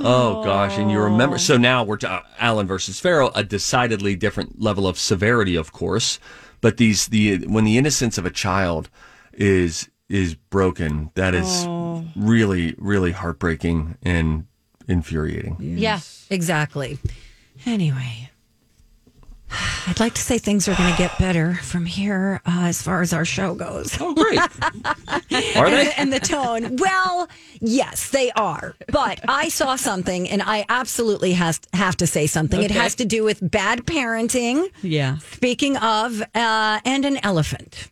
Speaker 2: oh gosh and you remember so now we're to allen versus farrell a decidedly different level of severity of course but these the when the innocence of a child is is broken that is really really heartbreaking and infuriating
Speaker 1: Yeah, exactly. Anyway, I'd like to say things are going to get better from here uh, as far as our show goes.
Speaker 2: oh great are they
Speaker 1: and the tone. Well, yes, they are. But I saw something and I absolutely has, have to say something. It has to do with bad parenting.
Speaker 3: Yeah.
Speaker 1: Speaking of, uh, and an elephant.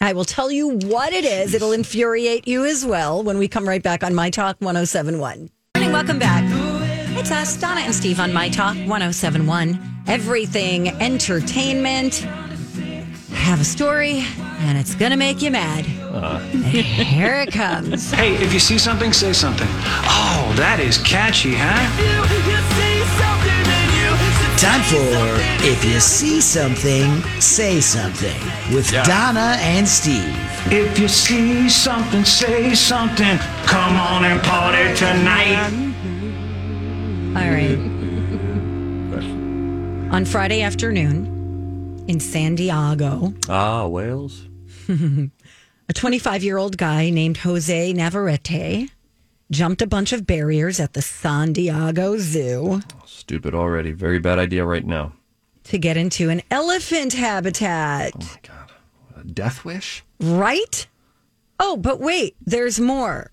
Speaker 1: I will tell you what it is. It'll infuriate you as well when we come right back on My Talk 1071. Morning, welcome back. It's us, Donna and Steve on My Talk 1071. Everything entertainment. Have a story, and it's going to make you mad. Here it comes.
Speaker 7: Hey, if you see something, say something. Oh, that is catchy, huh?
Speaker 8: Time for If You See Something, Say Something with Donna and Steve.
Speaker 7: If you see something, say something. Come on and party tonight.
Speaker 1: All right. on Friday afternoon in San Diego,
Speaker 2: Ah, Wales.
Speaker 1: a 25 year old guy named Jose Navarrete jumped a bunch of barriers at the San Diego Zoo
Speaker 2: Stupid already. Very bad idea right now.
Speaker 1: to get into an elephant habitat.
Speaker 2: God. A death wish?
Speaker 1: Right? Oh, but wait, there's more.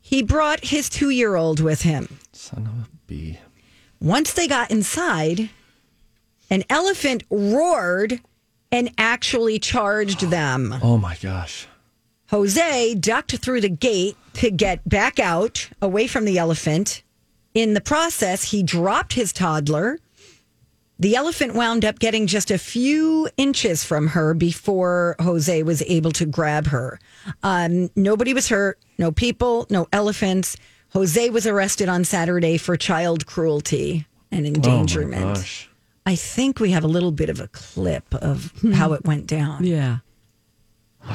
Speaker 1: He brought his two year old with him.
Speaker 2: Son of a bee.
Speaker 1: Once they got inside, an elephant roared and actually charged them.
Speaker 2: Oh my gosh.
Speaker 1: Jose ducked through the gate to get back out away from the elephant. In the process, he dropped his toddler. The elephant wound up getting just a few inches from her before Jose was able to grab her. Um, nobody was hurt, no people, no elephants. Jose was arrested on Saturday for child cruelty and endangerment.
Speaker 2: Oh Gosh.
Speaker 1: I think we have a little bit of a clip of how it went down.
Speaker 3: Yeah.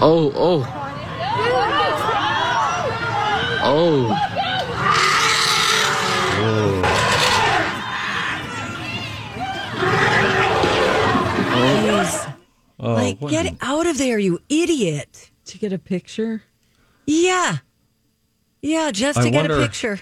Speaker 9: Oh, oh. Oh.
Speaker 1: Jeez.
Speaker 2: Oh,
Speaker 1: like, get out of there, you idiot.
Speaker 3: Did you get a picture?
Speaker 1: Yeah. Yeah, just to
Speaker 2: I
Speaker 1: get a
Speaker 2: wonder-
Speaker 1: picture.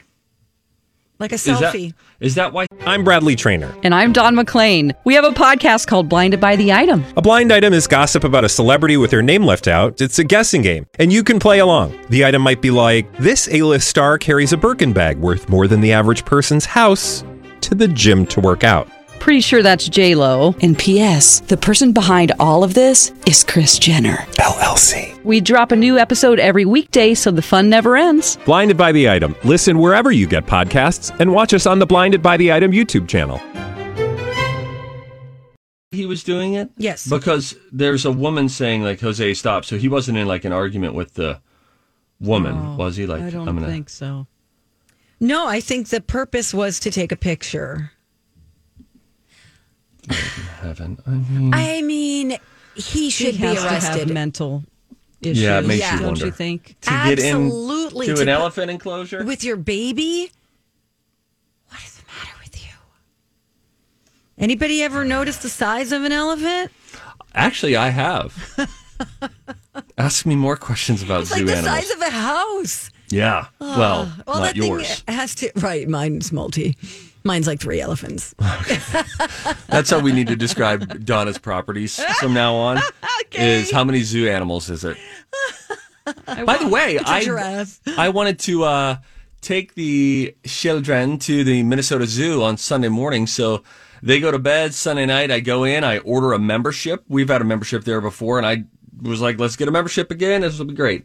Speaker 1: Like a
Speaker 2: Is that,
Speaker 1: selfie.
Speaker 2: is that why
Speaker 10: I'm Bradley Trainer.
Speaker 3: And I'm Don McClain. We have a podcast called Blinded by the Item.
Speaker 10: A blind item is gossip about a celebrity with their name left out. It's a guessing game, and you can play along. The item might be like this: A-list star carries a Birkin bag worth more than the average person's house to the gym to work out.
Speaker 3: Pretty sure that's J Lo. And P.S. The person behind all of this is Chris Jenner LLC. We drop a new episode every weekday, so the fun never ends.
Speaker 10: Blinded by the item. Listen wherever you get podcasts, and watch us on the Blinded by the Item YouTube channel.
Speaker 2: he was doing it?
Speaker 1: Yes.
Speaker 2: Because there's a woman saying like Jose stop. So he wasn't in like an argument with the woman, was he? Like
Speaker 3: I don't
Speaker 2: am gonna
Speaker 3: think so.
Speaker 1: No, I think the purpose was to take a picture.
Speaker 2: heaven. I mean,
Speaker 1: I mean, he should
Speaker 3: He
Speaker 1: be
Speaker 3: has to have
Speaker 1: arrested.
Speaker 3: mental issues.
Speaker 2: Yeah, it makes
Speaker 1: you
Speaker 3: don't
Speaker 2: wonder.
Speaker 3: you think?
Speaker 2: to get in
Speaker 1: absolutely,
Speaker 2: to
Speaker 1: to
Speaker 2: an
Speaker 1: put-
Speaker 2: elephant enclosure.
Speaker 1: With your baby? What is the matter with you? Anybody ever notice the size of an elephant?
Speaker 2: Actually, I have. Ask me more questions about
Speaker 1: It's
Speaker 2: zoo
Speaker 1: like the
Speaker 2: animals.
Speaker 1: size of a house.
Speaker 2: yeah. well,
Speaker 1: Well,
Speaker 2: not
Speaker 1: that
Speaker 2: yours.
Speaker 1: thing has to. Right, mine's multi. Mine's like three elephants.
Speaker 2: That's how we need to describe Donna's properties from now on. Is how many zoo animals is it? By the way,
Speaker 1: a
Speaker 2: I
Speaker 1: giraffe.
Speaker 2: I wanted to uh, take the children to the Minnesota Zoo on Sunday morning, so they go to bed Sunday night. I go in, I order a membership. We've had a membership there before, and I was like, "Let's get a membership again. This will be great."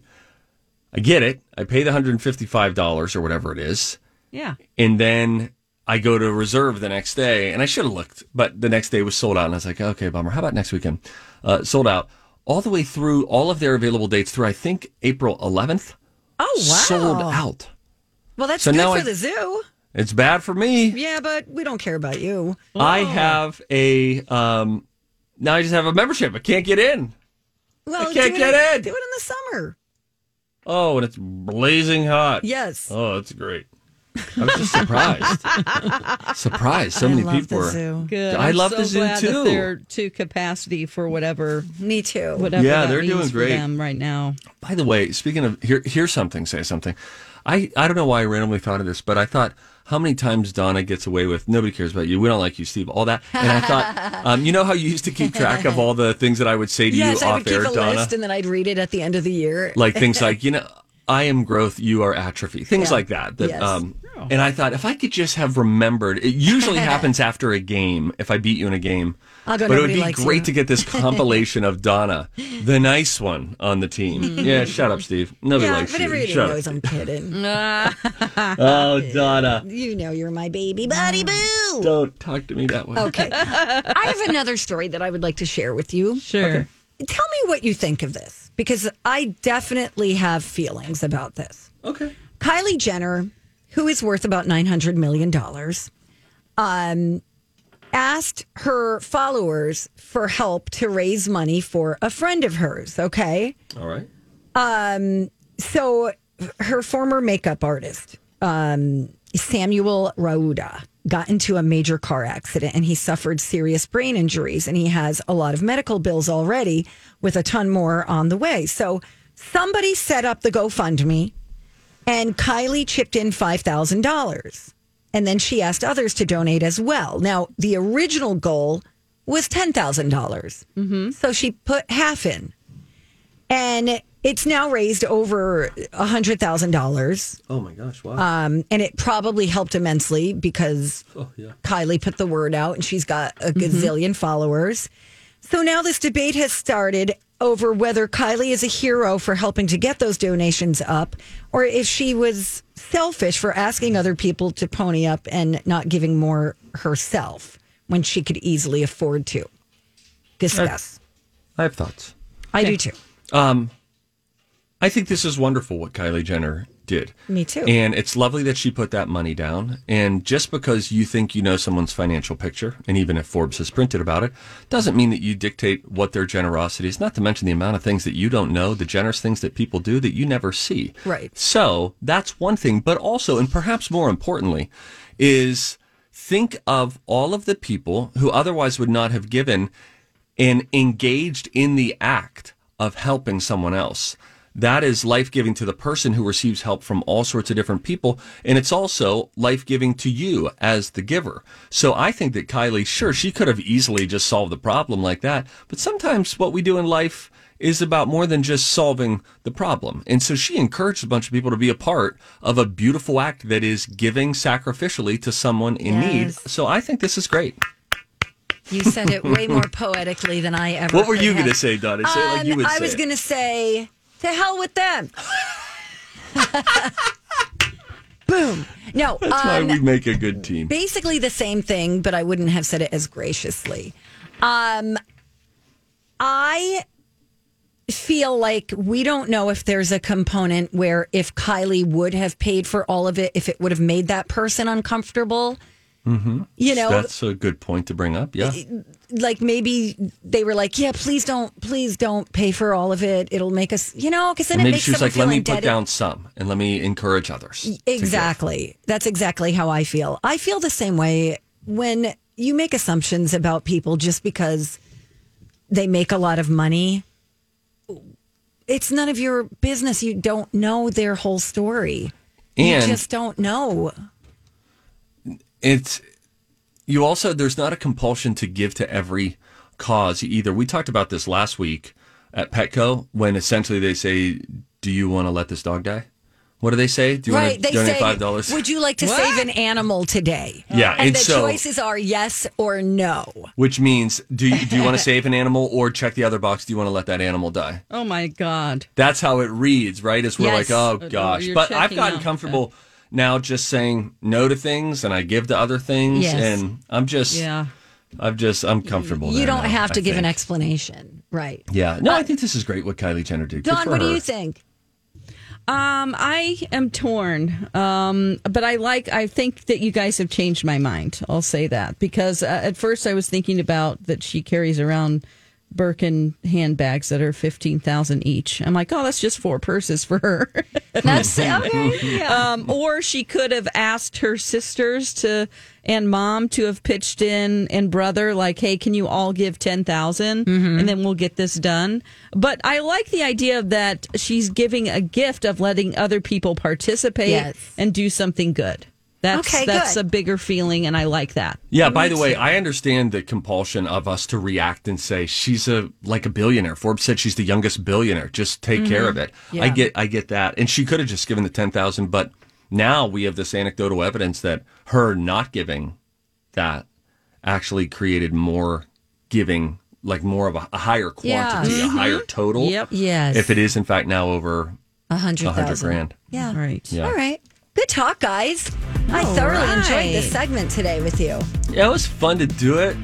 Speaker 2: I get it. I pay the hundred and fifty-five dollars or whatever it is
Speaker 3: Yeah.
Speaker 2: and then I go to reserve the next day, and I should have looked, but the next day was sold out, and I was like, okay, bummer. How about next weekend? Uh, sold out all the way through all of their available dates through I think April 11th.
Speaker 1: Oh, wow.
Speaker 2: Sold out.
Speaker 1: Well, that's
Speaker 2: So
Speaker 1: good
Speaker 2: now
Speaker 1: for
Speaker 2: I-
Speaker 1: the zoo.
Speaker 2: It's bad for me.
Speaker 1: Yeah, but we don't care about you.
Speaker 2: I have a um, now I just have a membership. I can't get in.
Speaker 1: Well,
Speaker 2: I can't
Speaker 1: do it
Speaker 2: get
Speaker 1: in,
Speaker 2: in.
Speaker 1: Do it in the summer.
Speaker 2: Oh, and it's blazing hot.
Speaker 1: Yes.
Speaker 2: Oh, that's great. I was just surprised. surprised. So many
Speaker 1: I love
Speaker 2: people
Speaker 1: the
Speaker 2: were.
Speaker 1: zoo.
Speaker 3: Good.
Speaker 2: I
Speaker 3: I'm
Speaker 2: love
Speaker 3: so
Speaker 2: the zoo
Speaker 3: glad that
Speaker 2: too.
Speaker 3: they're to capacity for whatever
Speaker 1: Me too.
Speaker 3: whatever.
Speaker 2: Yeah,
Speaker 3: that
Speaker 2: they're
Speaker 3: means
Speaker 2: doing
Speaker 3: for
Speaker 2: great.
Speaker 3: them right now.
Speaker 2: By the way, speaking of here, here's something. Say something. I I don't know why I randomly thought of this, but I thought how many times Donna gets away with nobody cares about you, we don't like you, Steve, all that. And I thought, um, you know how you used to keep track of all the things that I would say to
Speaker 1: yes,
Speaker 2: you
Speaker 1: I
Speaker 2: off
Speaker 1: would keep
Speaker 2: air,
Speaker 1: a
Speaker 2: Donna,
Speaker 1: list and then I'd read it at the end of the year.
Speaker 2: like things like you know. I am growth, you are atrophy. Things like that. That
Speaker 1: Yes.
Speaker 2: um, And I thought, if I could just have remembered, it usually happens after a game. If I beat you in a game,
Speaker 1: I'll go,
Speaker 2: but it would
Speaker 1: "Nobody
Speaker 2: be
Speaker 1: likes
Speaker 2: great
Speaker 1: you."
Speaker 2: to get this compilation of Donna, the nice one on the team.
Speaker 1: Mm.
Speaker 2: Yeah, shut up, Steve. Nobody
Speaker 1: yeah,
Speaker 2: likes
Speaker 1: but
Speaker 2: you.
Speaker 1: everybody
Speaker 2: Shut up.
Speaker 1: knows I'm kidding.
Speaker 2: Oh, Donna,
Speaker 1: you know you're my baby buddy boo.
Speaker 2: don't talk to me that way.
Speaker 1: Okay. I have another story that I would like to share with you. Sure. Tell me what you think of this because I definitely have feelings about this.
Speaker 2: Okay.
Speaker 1: Kylie Jenner, who is worth about $900 million, um, asked her followers for help to raise money for a friend of hers. Okay.
Speaker 2: All right.
Speaker 1: Um, so her former makeup artist, um, Samuel Rauda, got into a major car accident and he suffered serious brain injuries and he has a lot of medical bills already with a ton more on the way. So somebody set up the GoFundMe and Kylie chipped in $5,000. And then she asked others to donate as well. Now, the original goal was $10,000. dollars So she put half in. And it's now raised over $100,000.
Speaker 2: Oh my gosh! Wow.
Speaker 1: Um, and it probably helped immensely because
Speaker 2: Oh,
Speaker 1: Kylie put the word out and she's got a gazillion followers. So now this debate has started over whether Kylie is a hero for helping to get those donations up or if she was selfish for asking other people to pony up and not giving more herself when she could easily afford to. Discuss.
Speaker 2: I have thoughts.
Speaker 1: I do too.
Speaker 2: Um, I think this is wonderful what Kylie Jenner did.
Speaker 1: Me too.
Speaker 2: And it's lovely that she put that money down. And just because you think you know someone's financial picture, and even if Forbes has printed about it, doesn't mean that you dictate what their generosity is, not to mention the amount of things that you don't know, the generous things that people do that you never see.
Speaker 1: Right.
Speaker 2: So that's one thing. But also, and perhaps more importantly, is think of all of the people who otherwise would not have given and engaged in the act of helping someone else. That is life giving to the person who receives help from all sorts of different people. And it's also life giving to you as the giver. So I think that Kylie, sure, she could have easily just solved the problem like that. But sometimes what we do in life is about more than just solving the problem. And so she encouraged a bunch of people to be a part of a beautiful act that is giving sacrificially to someone in need.
Speaker 1: Yes.
Speaker 2: So I think this is great.
Speaker 1: You said it way more poetically than I ever.
Speaker 2: What were you
Speaker 1: going
Speaker 2: gonna say, Donna? Say it like you would
Speaker 1: Um, I
Speaker 2: say
Speaker 1: was
Speaker 2: it.
Speaker 1: going to say, to hell with them. Boom. No,
Speaker 2: That's why
Speaker 1: um,
Speaker 2: we make a good team.
Speaker 1: basically the same thing, but I wouldn't have said it as graciously. Um, I feel like we don't know if there's a component where if Kylie would have paid for all of it, if it would have made that person uncomfortable.
Speaker 2: Mm-hmm.
Speaker 1: You know-
Speaker 2: that's a good point to bring up. Yeah,
Speaker 1: like maybe they were like, yeah, please don't, please don't pay for all of it. It'll make us, you know, because then
Speaker 2: and
Speaker 1: it
Speaker 2: maybe
Speaker 1: makes
Speaker 2: she was
Speaker 1: someone
Speaker 2: like, "Let
Speaker 1: feel
Speaker 2: me put
Speaker 1: indebted.
Speaker 2: down some, and let me encourage others." to give."
Speaker 1: Exactly. That's exactly how I feel. I feel the same way when you make assumptions about people just because they make a lot of money. It's none of your business. You don't know their whole story.
Speaker 2: And-
Speaker 1: you just don't know.
Speaker 2: It's you also there's not a compulsion to give to every cause either. We talked about this last week at Petco when essentially they say, "Do you want to let this dog die?" What do they say? Do you
Speaker 1: right.
Speaker 2: want to
Speaker 1: They
Speaker 2: donate
Speaker 1: say,
Speaker 2: five dollars?
Speaker 1: Would you like to save an animal today?
Speaker 2: Yeah,
Speaker 1: And
Speaker 2: and
Speaker 1: the
Speaker 2: so-
Speaker 1: choices are yes or no.
Speaker 2: Which means, do you, do you want to save an animal or check the other box? Do you want to let that animal die?
Speaker 3: Oh my God.
Speaker 2: That's how it reads, right? As we're
Speaker 3: Yes.
Speaker 2: like, oh
Speaker 3: Oh,
Speaker 2: gosh.
Speaker 3: you're
Speaker 2: But I've
Speaker 3: checking
Speaker 2: gotten
Speaker 3: out.
Speaker 2: comfortable now just saying no to things and I give to other things.
Speaker 1: Yes.
Speaker 2: And I'm just,
Speaker 1: Yeah.
Speaker 2: I'm just, I'm comfortable.
Speaker 1: you
Speaker 2: there
Speaker 1: don't
Speaker 2: now,
Speaker 1: have to
Speaker 2: I
Speaker 1: give an
Speaker 2: think.
Speaker 1: explanation. Right.
Speaker 2: Yeah. No, I think this is great what Kylie Jenner did. Good
Speaker 1: Don,
Speaker 2: for
Speaker 1: what do
Speaker 2: her.
Speaker 1: you think?
Speaker 3: Um, I am torn, um, but I like. I think that you guys have changed my mind. I'll say that because uh, at first I was thinking about that she carries around Birkin handbags that are fifteen thousand each. I'm like, oh, that's just four purses for her.
Speaker 1: That's okay.
Speaker 3: Um, or she could have asked her sisters to and mom to have pitched in and brother like, hey, can you all give ten and then we'll get this done. But I like the idea of that she's giving a gift of letting other people participate
Speaker 1: Yes.
Speaker 3: and do something good. That's
Speaker 1: Okay,
Speaker 3: that's
Speaker 1: good.
Speaker 3: a bigger feeling, and I like that.
Speaker 2: Yeah, by the way, I understand the compulsion of us to react and say she's a like a billionaire. Forbes said she's the
Speaker 1: Mm-hmm.
Speaker 2: youngest billionaire. Just take care of it. I
Speaker 11: Yeah.
Speaker 2: get I get that. And she could have just given the 10,000, but Now we have this anecdotal evidence that her not giving that actually created more giving, like more of a, a higher
Speaker 1: Yeah.
Speaker 2: quantity, a
Speaker 1: Mhm.
Speaker 2: higher total.
Speaker 1: Yep. Yes.
Speaker 2: If it is in fact now over
Speaker 1: A hundred
Speaker 2: a hundred
Speaker 1: thousand.
Speaker 2: grand.
Speaker 1: Yeah.
Speaker 3: Right.
Speaker 2: Yeah.
Speaker 1: All right. Good talk, guys. I thoroughly enjoyed this segment today with you.
Speaker 2: Yeah, it was fun to do it.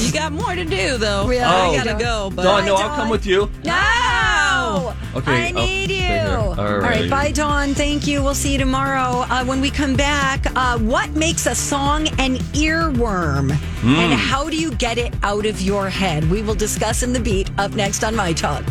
Speaker 3: You got more to do though.
Speaker 1: Yeah, Oh.
Speaker 3: I gotta go. But
Speaker 2: Dawn, no, I'll come with you.
Speaker 1: No!
Speaker 2: Okay,
Speaker 1: I
Speaker 2: I'll
Speaker 1: need
Speaker 2: stay
Speaker 1: you.
Speaker 2: here. All right.
Speaker 1: Bye, Dawn. Thank you. We'll see you tomorrow. Uh, when we come back, uh, what makes a song an earworm?
Speaker 2: Mm.
Speaker 1: And how do you get it out of your head? We will discuss in the beat up next on My Talk.